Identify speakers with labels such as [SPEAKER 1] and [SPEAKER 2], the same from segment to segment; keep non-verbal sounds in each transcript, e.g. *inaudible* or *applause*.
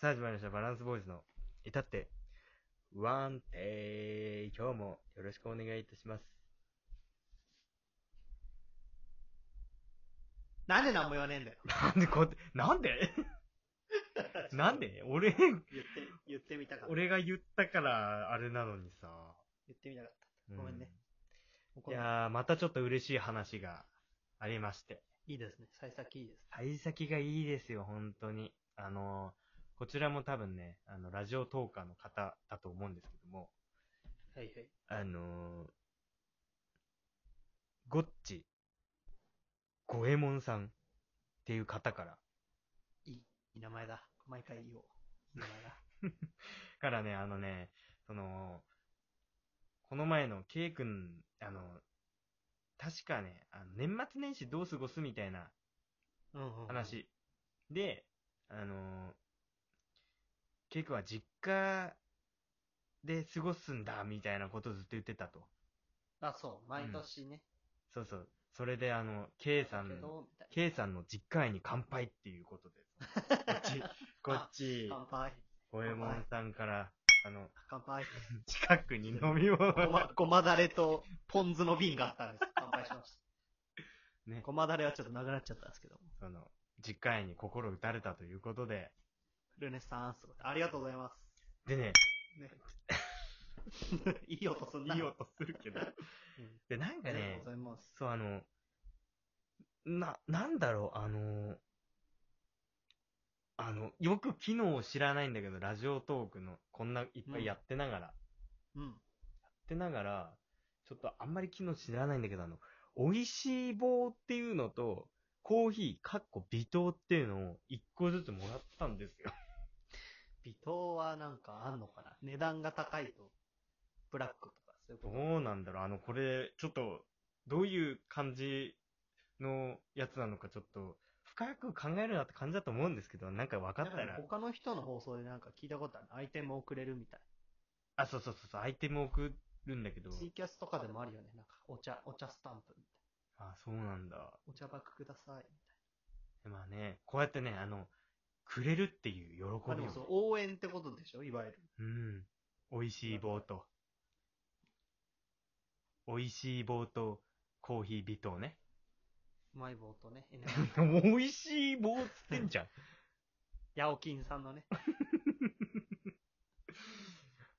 [SPEAKER 1] さあ始まりました。バランスボーイズの至ってワンテイ。今日もよろしくお願いいたします。
[SPEAKER 2] なんで何も言わねえんだ *laughs* よ。
[SPEAKER 1] なんでこうやって、なんでなんで俺、
[SPEAKER 2] 言って、言ってみたかった。
[SPEAKER 1] 俺が言ったからあれなのにさ。
[SPEAKER 2] 言ってみたかった。
[SPEAKER 1] う
[SPEAKER 2] ごめんね。
[SPEAKER 1] い
[SPEAKER 2] 怒らない
[SPEAKER 1] やー、またちょっと嬉しい話がありまして。
[SPEAKER 2] いいですね。幸先いいです。
[SPEAKER 1] 幸先がいいですよ、本当に。あのー、こちらも多分ね、あの、ラジオトーカーの方だと思うんですけども、
[SPEAKER 2] はいはい。
[SPEAKER 1] あのー、ゴッチ、ゴエモンさんっていう方から、
[SPEAKER 2] いい、いい名前だ。毎回言おう。いい名前だ。
[SPEAKER 1] からね、あのね、その、この前の K 君、あの、確かね、あの年末年始どう過ごすみたいな
[SPEAKER 2] うんうんうん。
[SPEAKER 1] 話。で、あのー、ケイ君は実家で過ごすんだ、みたいなことずっと言ってたと。
[SPEAKER 2] あ、そう。毎年ね。
[SPEAKER 1] そうそう。それで、あの、ケイさ
[SPEAKER 2] だ
[SPEAKER 1] ん
[SPEAKER 2] け、どみたい
[SPEAKER 1] K さんの実家愛に乾杯っていうことで、こっ
[SPEAKER 2] *laughs*
[SPEAKER 1] ち、こっち、
[SPEAKER 2] 乾杯。
[SPEAKER 1] 五右衛門さんから、あの、
[SPEAKER 2] 乾 *laughs* 杯。
[SPEAKER 1] 近くに飲み物
[SPEAKER 2] ご
[SPEAKER 1] が
[SPEAKER 2] ま、ごまだれとポン酢の瓶があったんです。乾杯し *laughs* まし
[SPEAKER 1] ね
[SPEAKER 2] た。ごまだれはちょっとなくなっちゃったんですけど。
[SPEAKER 1] その、実家愛に心打たれたということで、
[SPEAKER 2] ルネサンス。ありがとうございます。
[SPEAKER 1] でね、
[SPEAKER 2] *laughs* ね。いい音すんな。
[SPEAKER 1] いい音するけど、
[SPEAKER 2] うん。
[SPEAKER 1] で、なん
[SPEAKER 2] あ
[SPEAKER 1] か
[SPEAKER 2] りがと
[SPEAKER 1] ね
[SPEAKER 2] うご、ざいます。
[SPEAKER 1] そう、あの、な、なんだろう、あの、あの、よく機能を知らないんだけど、ラジオトークの、こんないっぱいやってながら、やっ
[SPEAKER 2] うん。
[SPEAKER 1] てながら、ちょっとあんまり機能知らないんだけど、あの、美味しい棒っていうのと、コーヒー、かっこ微糖っていうのを一個ずつもらったんですよ。 *laughs*
[SPEAKER 2] 微糖はなんかあんのかな値段が高いと、ブラックとか、そういうこ
[SPEAKER 1] ど
[SPEAKER 2] と。
[SPEAKER 1] うなんだろうあの、これ、ちょっと、どういう感じのやつなのか、ちょっと、深く考えるなって感じだと思うんですけど、なんか分かった
[SPEAKER 2] なん
[SPEAKER 1] ら
[SPEAKER 2] ね、他の人の放送でなんか聞いたことある。アイテムをくれるみたい。
[SPEAKER 1] あ、そうそうそうそう、アイテムを送るんだけど。
[SPEAKER 2] ツイキャスとかでもあるよね。なんか、お茶、お茶スタンプみたい
[SPEAKER 1] あ、そうなんだ。
[SPEAKER 2] な。お茶バッグください。み
[SPEAKER 1] まあね、こうやってね、あの、くれるっていう喜
[SPEAKER 2] たいな。あ、で
[SPEAKER 1] び
[SPEAKER 2] もそう
[SPEAKER 1] を。、
[SPEAKER 2] 応援ってことでしょいわゆる。
[SPEAKER 1] うん。美味しい棒と。美味しい棒と、コーヒー微糖ね。
[SPEAKER 2] うまい棒
[SPEAKER 1] *laughs*
[SPEAKER 2] とね、エネルギー
[SPEAKER 1] 美味しい棒っつってんじゃん。
[SPEAKER 2] ヤオキンさんのね、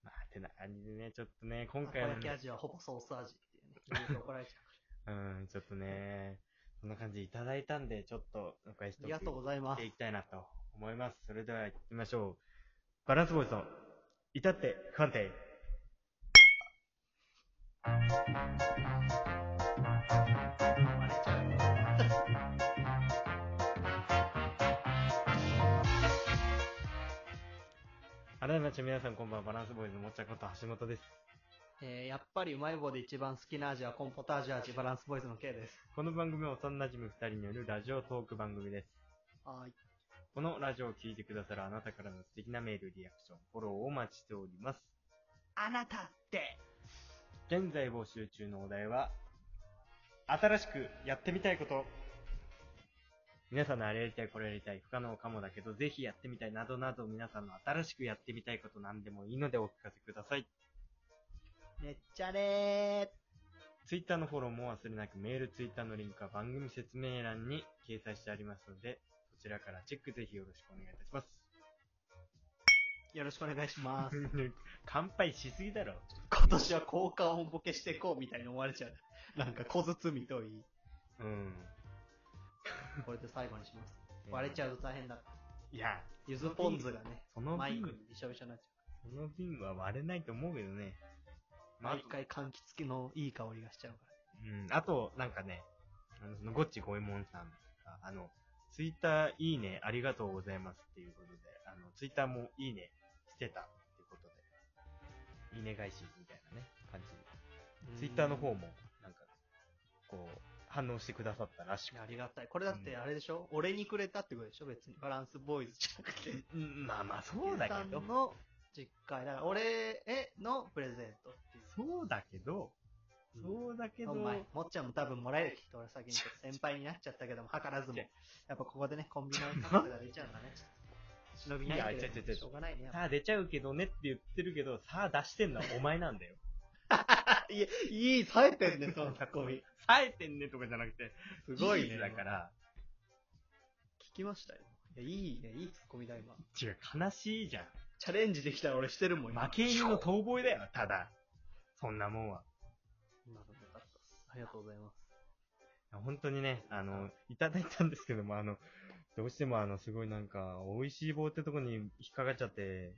[SPEAKER 1] まあ、てな感じでね、ちょっとね、今
[SPEAKER 2] たこ
[SPEAKER 1] 回の
[SPEAKER 2] 焼き
[SPEAKER 1] ね、
[SPEAKER 2] 味はほぼソース味っていうね。言うと怒られちゃ
[SPEAKER 1] うん、ちょっとね、そんな感じいただいたんで、ちょっと、お返し
[SPEAKER 2] う。ありがとうございま
[SPEAKER 1] やっ
[SPEAKER 2] す
[SPEAKER 1] てい。きたいなと思います。それでは行きましょう。バランスボーイズの、至って不安定。
[SPEAKER 2] 割れちゃうよ
[SPEAKER 1] あらまち皆さんこんばんは、バランスボーイズのもっちゃこと橋本です。
[SPEAKER 2] えー、やっぱりうまい棒で一番好きな味はコンポタージュ味、バランスボーイズの K です。
[SPEAKER 1] この番組は幼馴染み2人によるラジオトーク番組です。
[SPEAKER 2] はーい。
[SPEAKER 1] このラジオを聴いてくださるあなたからの素敵なメール、リアクション、フォローをお待ちしております。
[SPEAKER 2] あなたって
[SPEAKER 1] 現在募集中のお題は、新しくやってみたいこと。皆さんのあれやりたい、これやりたい、不可能かもだけど、ぜひやってみたいなどなど皆さんの新しくやってみたいこと何でもいいのでお聞かせください。
[SPEAKER 2] めっちゃね
[SPEAKER 1] ツイッターのフォローも忘れなく、メール、ツイッターのリンクは番組説明欄に掲載してありますので、そちらからチェックぜひよろしくお願いいたします。
[SPEAKER 2] ーよろしくお願いします。
[SPEAKER 1] *laughs* 乾杯しすぎだろ。
[SPEAKER 2] *laughs* 今年は効果音ボケしていこうみたいに思われちゃう。なんか小包みといい。
[SPEAKER 1] うん。
[SPEAKER 2] これで最後にします。割れち
[SPEAKER 1] う。
[SPEAKER 2] ゃうと大変だ。
[SPEAKER 1] いや、
[SPEAKER 2] ゆずポン酢がね、
[SPEAKER 1] その
[SPEAKER 2] マイク
[SPEAKER 1] 瓶
[SPEAKER 2] に、びしょびしょになっちゃ
[SPEAKER 1] その瓶は割れないと思うけどね。
[SPEAKER 2] う。毎回柑橘のいい香りがしちゃうか
[SPEAKER 1] うん、あと、なんかね、あの、その、ゴッチゴエモンさんが、あの、ツイッターいいね、ありがとうございますっていうことで、あの、ツイッターもいいねしてたっていうことで、いいね返しみたいなね、感じ。
[SPEAKER 2] ら。
[SPEAKER 1] ツイッターの
[SPEAKER 2] う
[SPEAKER 1] 方
[SPEAKER 2] ん。
[SPEAKER 1] も、なんか、こう、反応してくださったらしく
[SPEAKER 2] いやありがたい。これだってあれでしょ、俺にくれたってことでしょ別に。バランスボーイズじゃなくて。
[SPEAKER 1] うん、まあまあ、そうだけ
[SPEAKER 2] ゆう
[SPEAKER 1] ど
[SPEAKER 2] さん、の実家へだから俺へのプレゼントっていう。
[SPEAKER 1] そうだけど、そうだけど、
[SPEAKER 2] お前、もっちゃんも多分もらえるきっと俺先
[SPEAKER 1] *laughs*
[SPEAKER 2] に先輩になっちゃったけども、図らずも。やっぱここでね、コンビニのカップが出ちゃうんだね。伸びない
[SPEAKER 1] いや違う違う違
[SPEAKER 2] け
[SPEAKER 1] う
[SPEAKER 2] ど、しょうがないね。
[SPEAKER 1] さあ出ちゃうけどねって言ってるけど、さあ出してんのはお前なんだよ。
[SPEAKER 2] いや、いい、冴えてんね、そのツッコミ。
[SPEAKER 1] 冴えてんねとかじゃなくて、
[SPEAKER 2] すごい
[SPEAKER 1] 事
[SPEAKER 2] ね。
[SPEAKER 1] 実だか。ら、
[SPEAKER 2] 聞きましたよ。いや、いいね、いいツッコミだ、今。
[SPEAKER 1] 違う、悲しいじゃん。
[SPEAKER 2] チャレンジできたら俺してるもん、今
[SPEAKER 1] 負け犬の遠吠えだよ、ただ。そんなもんは。
[SPEAKER 2] なるほどよかったっすありがとうございます。
[SPEAKER 1] 本当にね、あの、いただいたんですけども、あの、どうしてもあの、すごいなんか、美味しい棒ってとこに引っかかっちゃって、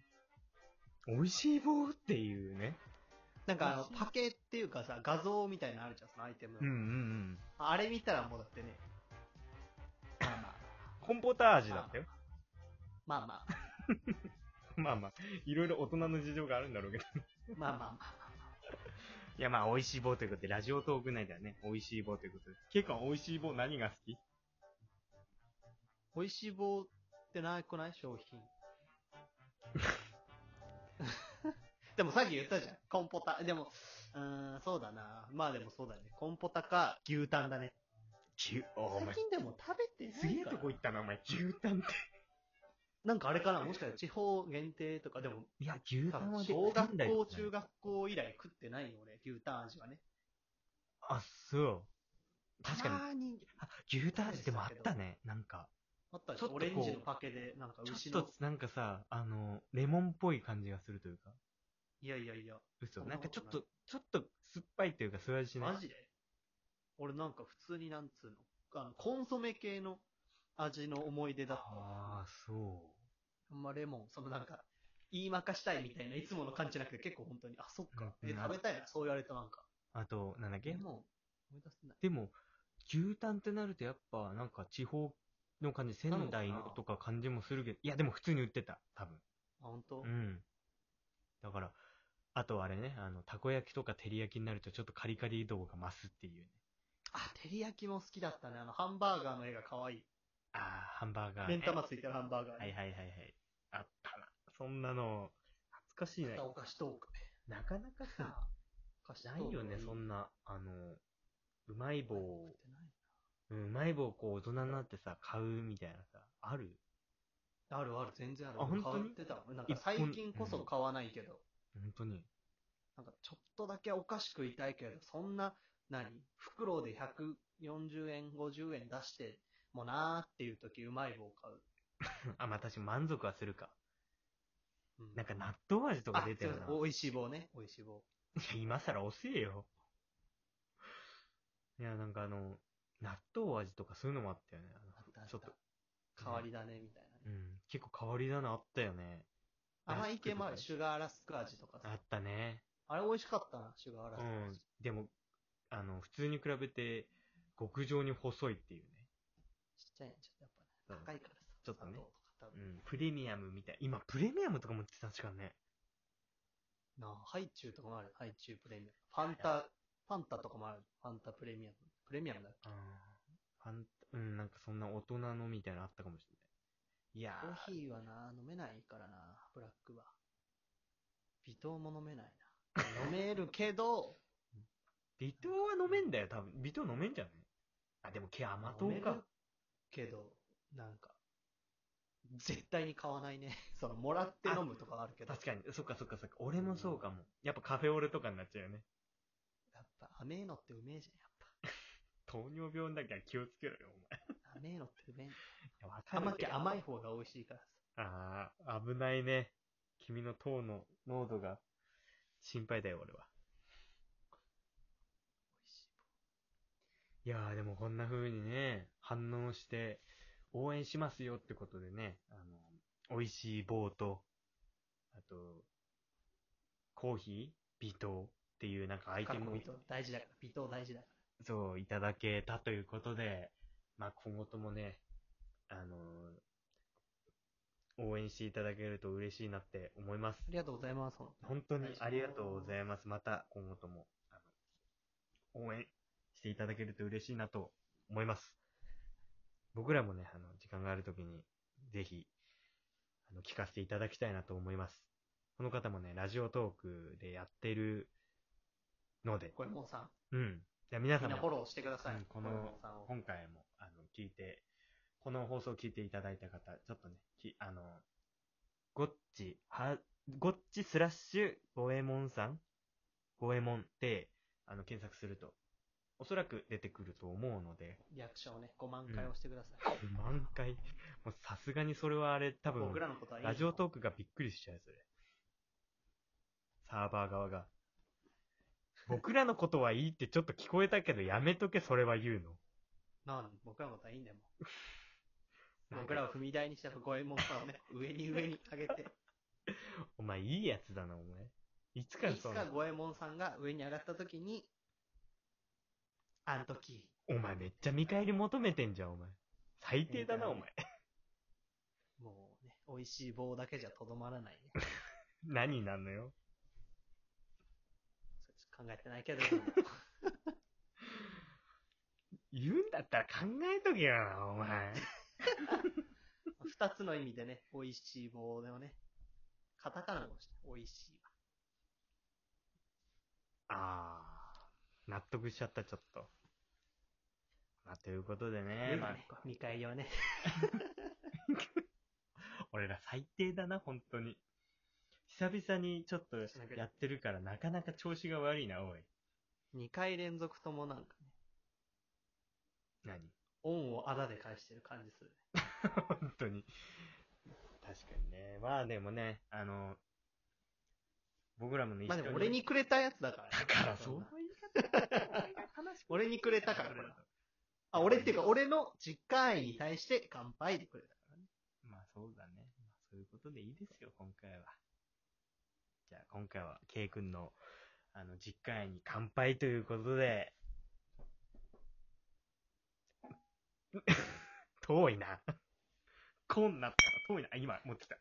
[SPEAKER 1] 美味しい棒っていうね。
[SPEAKER 2] なんかあの、パケっていうかさ、画像みたいなのあるじゃん、そのアイテム。
[SPEAKER 1] うんうんうん。
[SPEAKER 2] あれ見たらもうだってね、まあ
[SPEAKER 1] コンポタージュだったよ。
[SPEAKER 2] まあ、まあ
[SPEAKER 1] *laughs* ま
[SPEAKER 2] まあ、
[SPEAKER 1] あまあ、いろいろ大人の事情があるんだろうけど。
[SPEAKER 2] まあまあまあ。
[SPEAKER 1] いやまあ、美味しい棒ということで、ラジオトーク内ではね、美味しい棒ということで。結構美味しい棒何が好き
[SPEAKER 2] 美味しい棒ってなくない商 *laughs* 品。でもさっき言ったじゃん。 *laughs* コンポタ。でも、うーん、そうだな。まあでもそうだね。コンポタか牛タンだね。
[SPEAKER 1] 牛、お
[SPEAKER 2] 最
[SPEAKER 1] 前、
[SPEAKER 2] 近でも食べて
[SPEAKER 1] すげ
[SPEAKER 2] な
[SPEAKER 1] え
[SPEAKER 2] いか
[SPEAKER 1] と
[SPEAKER 2] ら
[SPEAKER 1] こ。行ったな、お前、牛タンって。
[SPEAKER 2] なんかあれかなもしかしたら地方限定とか、でも、
[SPEAKER 1] いや、牛
[SPEAKER 2] 多分
[SPEAKER 1] で
[SPEAKER 2] 小学校、中
[SPEAKER 1] 学
[SPEAKER 2] 学校以来食ってないよ、俺。牛タン味はね。
[SPEAKER 1] あ、そう。確かに
[SPEAKER 2] た。まに。
[SPEAKER 1] あ牛タン味でもあったね。なんか、
[SPEAKER 2] あったでし
[SPEAKER 1] ちょっと
[SPEAKER 2] ょ
[SPEAKER 1] こう
[SPEAKER 2] オレンジのパケで、なんか牛
[SPEAKER 1] ちょっ
[SPEAKER 2] の
[SPEAKER 1] と。なんかさ、あの、レモンっぽい感じがするというか、
[SPEAKER 2] いやいやいや。
[SPEAKER 1] 嘘。
[SPEAKER 2] そん
[SPEAKER 1] な
[SPEAKER 2] なん
[SPEAKER 1] か
[SPEAKER 2] こ
[SPEAKER 1] ち
[SPEAKER 2] と
[SPEAKER 1] ょっ
[SPEAKER 2] ない
[SPEAKER 1] と、ちょっと酸っぱいというか、そういう味しない。
[SPEAKER 2] マジで俺なんか普通になんつうの、あの、コンソメ系の味の思い出だった。
[SPEAKER 1] ああ、そ
[SPEAKER 2] あんまレモン、そのなんか、言いまかしたいみたいな、いつもの感じじゃなくて結構本当に、あ、そっか。
[SPEAKER 1] うん
[SPEAKER 2] え、食べたいな、そう言われたなんか。
[SPEAKER 1] う。あと、なんだっ
[SPEAKER 2] レ
[SPEAKER 1] け
[SPEAKER 2] モン、思い出せない。
[SPEAKER 1] でも、牛タンってなるとやっぱ、なんか地方の感じ、
[SPEAKER 2] なの
[SPEAKER 1] 仙
[SPEAKER 2] かな
[SPEAKER 1] 台のとか感じもするけど、いや、でも普通に売ってた、多分。
[SPEAKER 2] あ、本当、
[SPEAKER 1] うん。だから、あとあれね、あの、たこ焼きとか照り焼きになるとちょっとカリカリ度が増すっていうね、
[SPEAKER 2] あ、照り焼きも好きだったね。あの、ハンバーガーの絵が可愛い。
[SPEAKER 1] ああ、ハンバーガー、ね。
[SPEAKER 2] 目ん玉ついてるハンバーガー、
[SPEAKER 1] はい
[SPEAKER 2] ね。
[SPEAKER 1] はいはいはい。あったな。そんなの、懐かしいね。
[SPEAKER 2] お菓子トークね。
[SPEAKER 1] なかなかさ、
[SPEAKER 2] お菓子トー
[SPEAKER 1] な
[SPEAKER 2] ク
[SPEAKER 1] いよね、そんな、あの、うまい棒を、うんうまい棒をこう大人になってさ、買うみたいなさ、ある
[SPEAKER 2] あるある、全然ある。
[SPEAKER 1] あ本当
[SPEAKER 2] 変
[SPEAKER 1] に
[SPEAKER 2] わってたもん。なんか最近こそ買わないけど。
[SPEAKER 1] 本当に。
[SPEAKER 2] なんかちょっとだけお菓子食いたいけど、そんな、何袋で140円、50円出してもなーっていう時、うまい棒買う。
[SPEAKER 1] あ、まあ確かに満足はするか。
[SPEAKER 2] うん
[SPEAKER 1] なんか納豆味とか
[SPEAKER 2] あ
[SPEAKER 1] 出てる
[SPEAKER 2] すい
[SPEAKER 1] な。
[SPEAKER 2] ません美味しい棒ね。美味しい棒。
[SPEAKER 1] いや、今更遅えよ。いや、なんかあの、納豆味とかそういうのもあったよね。
[SPEAKER 2] あった
[SPEAKER 1] あの
[SPEAKER 2] あった
[SPEAKER 1] ちょっと、
[SPEAKER 2] 変わりだね、みたいなね。
[SPEAKER 1] うん、結構変わりだな、あったよね。
[SPEAKER 2] 甘い系もある。
[SPEAKER 1] ラスク
[SPEAKER 2] シュガーラスク味とか
[SPEAKER 1] とか
[SPEAKER 2] さ
[SPEAKER 1] ね。あったね。
[SPEAKER 2] あれ美味しかったな、シュガーラス
[SPEAKER 1] う
[SPEAKER 2] ク味。
[SPEAKER 1] ん。でも、あの、普通に比べて、極上に細いっていうね。
[SPEAKER 2] ちっちゃいね、ちょっとやっぱ
[SPEAKER 1] そう
[SPEAKER 2] ね。高いからさ。
[SPEAKER 1] ちょっとね
[SPEAKER 2] 砂糖か多
[SPEAKER 1] う
[SPEAKER 2] 分
[SPEAKER 1] ん。プレミアムみたい。今、プレミアムとかも売ってたしかね。
[SPEAKER 2] なあハイチュウとかもある。ハイチュウプレミアム。ファンタ、ファンタとかもある。ファンタプレミアム。プレミアムだっけ
[SPEAKER 1] うん。ファンタ、うん、なんかそんな大人のみたいなのあったかもしれない。いや
[SPEAKER 2] コーヒーはな、飲めないからな、ブラックは。微糖も飲めないな。 *laughs* 飲めるけど、
[SPEAKER 1] ー、微糖は飲めんだよ、多分。微糖飲めんじゃないあ、でも、毛甘
[SPEAKER 2] 飲
[SPEAKER 1] 党
[SPEAKER 2] める
[SPEAKER 1] か。
[SPEAKER 2] けど、なんか、絶対に買わないね。 *laughs* その、もらって飲むとかあるけど、や
[SPEAKER 1] 確かに。そっかそっかそっか。俺もそうかも。やっぱカフェオレとかになっちゃうよね。
[SPEAKER 2] っぱ、甘えのってうめえじゃ
[SPEAKER 1] 糖尿病だけは気をつけろよ、
[SPEAKER 2] ん、やっぱ。甘えのってうめえ。
[SPEAKER 1] お前。わかる
[SPEAKER 2] 甘
[SPEAKER 1] け
[SPEAKER 2] け
[SPEAKER 1] ど
[SPEAKER 2] 甘い方が美味しいからさ。
[SPEAKER 1] ああ、危ないね。君の糖の濃度が心配だよ、俺は。
[SPEAKER 2] 美味し
[SPEAKER 1] い
[SPEAKER 2] い。
[SPEAKER 1] やー、でもこんな風にね、反応して、応援しますよってことでね、あの、美味しい棒と、あと、コーヒー微糖っていうなんかアイ
[SPEAKER 2] か
[SPEAKER 1] テ
[SPEAKER 2] っこ
[SPEAKER 1] ムを
[SPEAKER 2] 微、糖大事だから、微糖大事だから。
[SPEAKER 1] そう、いただけたということで、まあ、今後ともね、あの応援していただけると嬉しいなって思います
[SPEAKER 2] あ。りがとうございます、本当に
[SPEAKER 1] 本当にありがとうございます。また今後とも、あの、応援していただけると嬉しいなと思います。僕らもね、あの、時間があるときに、ぜひ、あの、聞かせていただきたいなと思います。この方もね、ラジオトークでやってるので、
[SPEAKER 2] これもうさ、
[SPEAKER 1] うん。じゃあ皆さ
[SPEAKER 2] み
[SPEAKER 1] ん
[SPEAKER 2] んなフォ
[SPEAKER 1] も、
[SPEAKER 2] ローしてくださ
[SPEAKER 1] うん
[SPEAKER 2] い。
[SPEAKER 1] この
[SPEAKER 2] ゴエモンさんを
[SPEAKER 1] 今回も、あの、聞いて、この放送を聞いていただいた方、ちょっとね、きあの、チ、は、ゴッチスラッシュ、ゴエモンさんゴエモンって、あの、検索すると、おそらく出てくると思うので、
[SPEAKER 2] 役者をね、5万回押してください。
[SPEAKER 1] 5万回。もうさすがにそれはあれ、多分
[SPEAKER 2] 僕、らのことはいい。
[SPEAKER 1] ラジオトークがびっくりしちゃうよ、それ。サーバー側が。僕らのことはいいってちょっと聞こえたけど、やめとけ、それは言うの。
[SPEAKER 2] なん僕らのことはいいんだよ、もう。
[SPEAKER 1] なん
[SPEAKER 2] 僕
[SPEAKER 1] から
[SPEAKER 2] を踏み台にした五右衛門さんを
[SPEAKER 1] *laughs*
[SPEAKER 2] ね、上に上に上げて、
[SPEAKER 1] お前いいやつだな、お前。いつから
[SPEAKER 2] いつ
[SPEAKER 1] そう
[SPEAKER 2] か
[SPEAKER 1] な
[SPEAKER 2] 五右衛門さんが上に上がった時に、あの時、
[SPEAKER 1] お前めっちゃ見返り求めてんじゃん、お前。最低だな、お
[SPEAKER 2] 見
[SPEAKER 1] 前。 *laughs*
[SPEAKER 2] もうね、美味しい棒だけじゃとどまらないね。
[SPEAKER 1] 何なんのよ。
[SPEAKER 2] それ考えてないけど、
[SPEAKER 1] *laughs* 言うんだったら考えとけよな、お *laughs* 前。
[SPEAKER 2] 二つの意味でね、美味しい棒をね、カタカナをして、美味しいわ。
[SPEAKER 1] あー、納得しちゃった、ちょっと。まあ、ということでね、
[SPEAKER 2] 上が
[SPEAKER 1] まあ
[SPEAKER 2] ね、見返りをね、
[SPEAKER 1] 俺ら最低だな、本当に。久々にちょっとやってるから、なかなか調子が悪いな、おい。
[SPEAKER 2] 二回連続ともなんかね、
[SPEAKER 1] *laughs* 何
[SPEAKER 2] 恩をあだで返してる感じする。
[SPEAKER 1] 本当に。確かにね。まあでもね、あの、僕らもね、
[SPEAKER 2] まあで
[SPEAKER 1] 一緒
[SPEAKER 2] も俺にくれたやつだからね、
[SPEAKER 1] だから、そう
[SPEAKER 2] そん
[SPEAKER 1] いう
[SPEAKER 2] な
[SPEAKER 1] 言い方。
[SPEAKER 2] 俺にくれたから、これはあ、俺っていうか、俺の実家愛に対して乾杯でくれた。
[SPEAKER 1] まあそうだね。まあそういうことでいいですよ、今回は。じゃあ今回は、K 君の、あの、実家へに乾杯ということで。遠いな。こんなったら遠いな。あ今、持ってきた。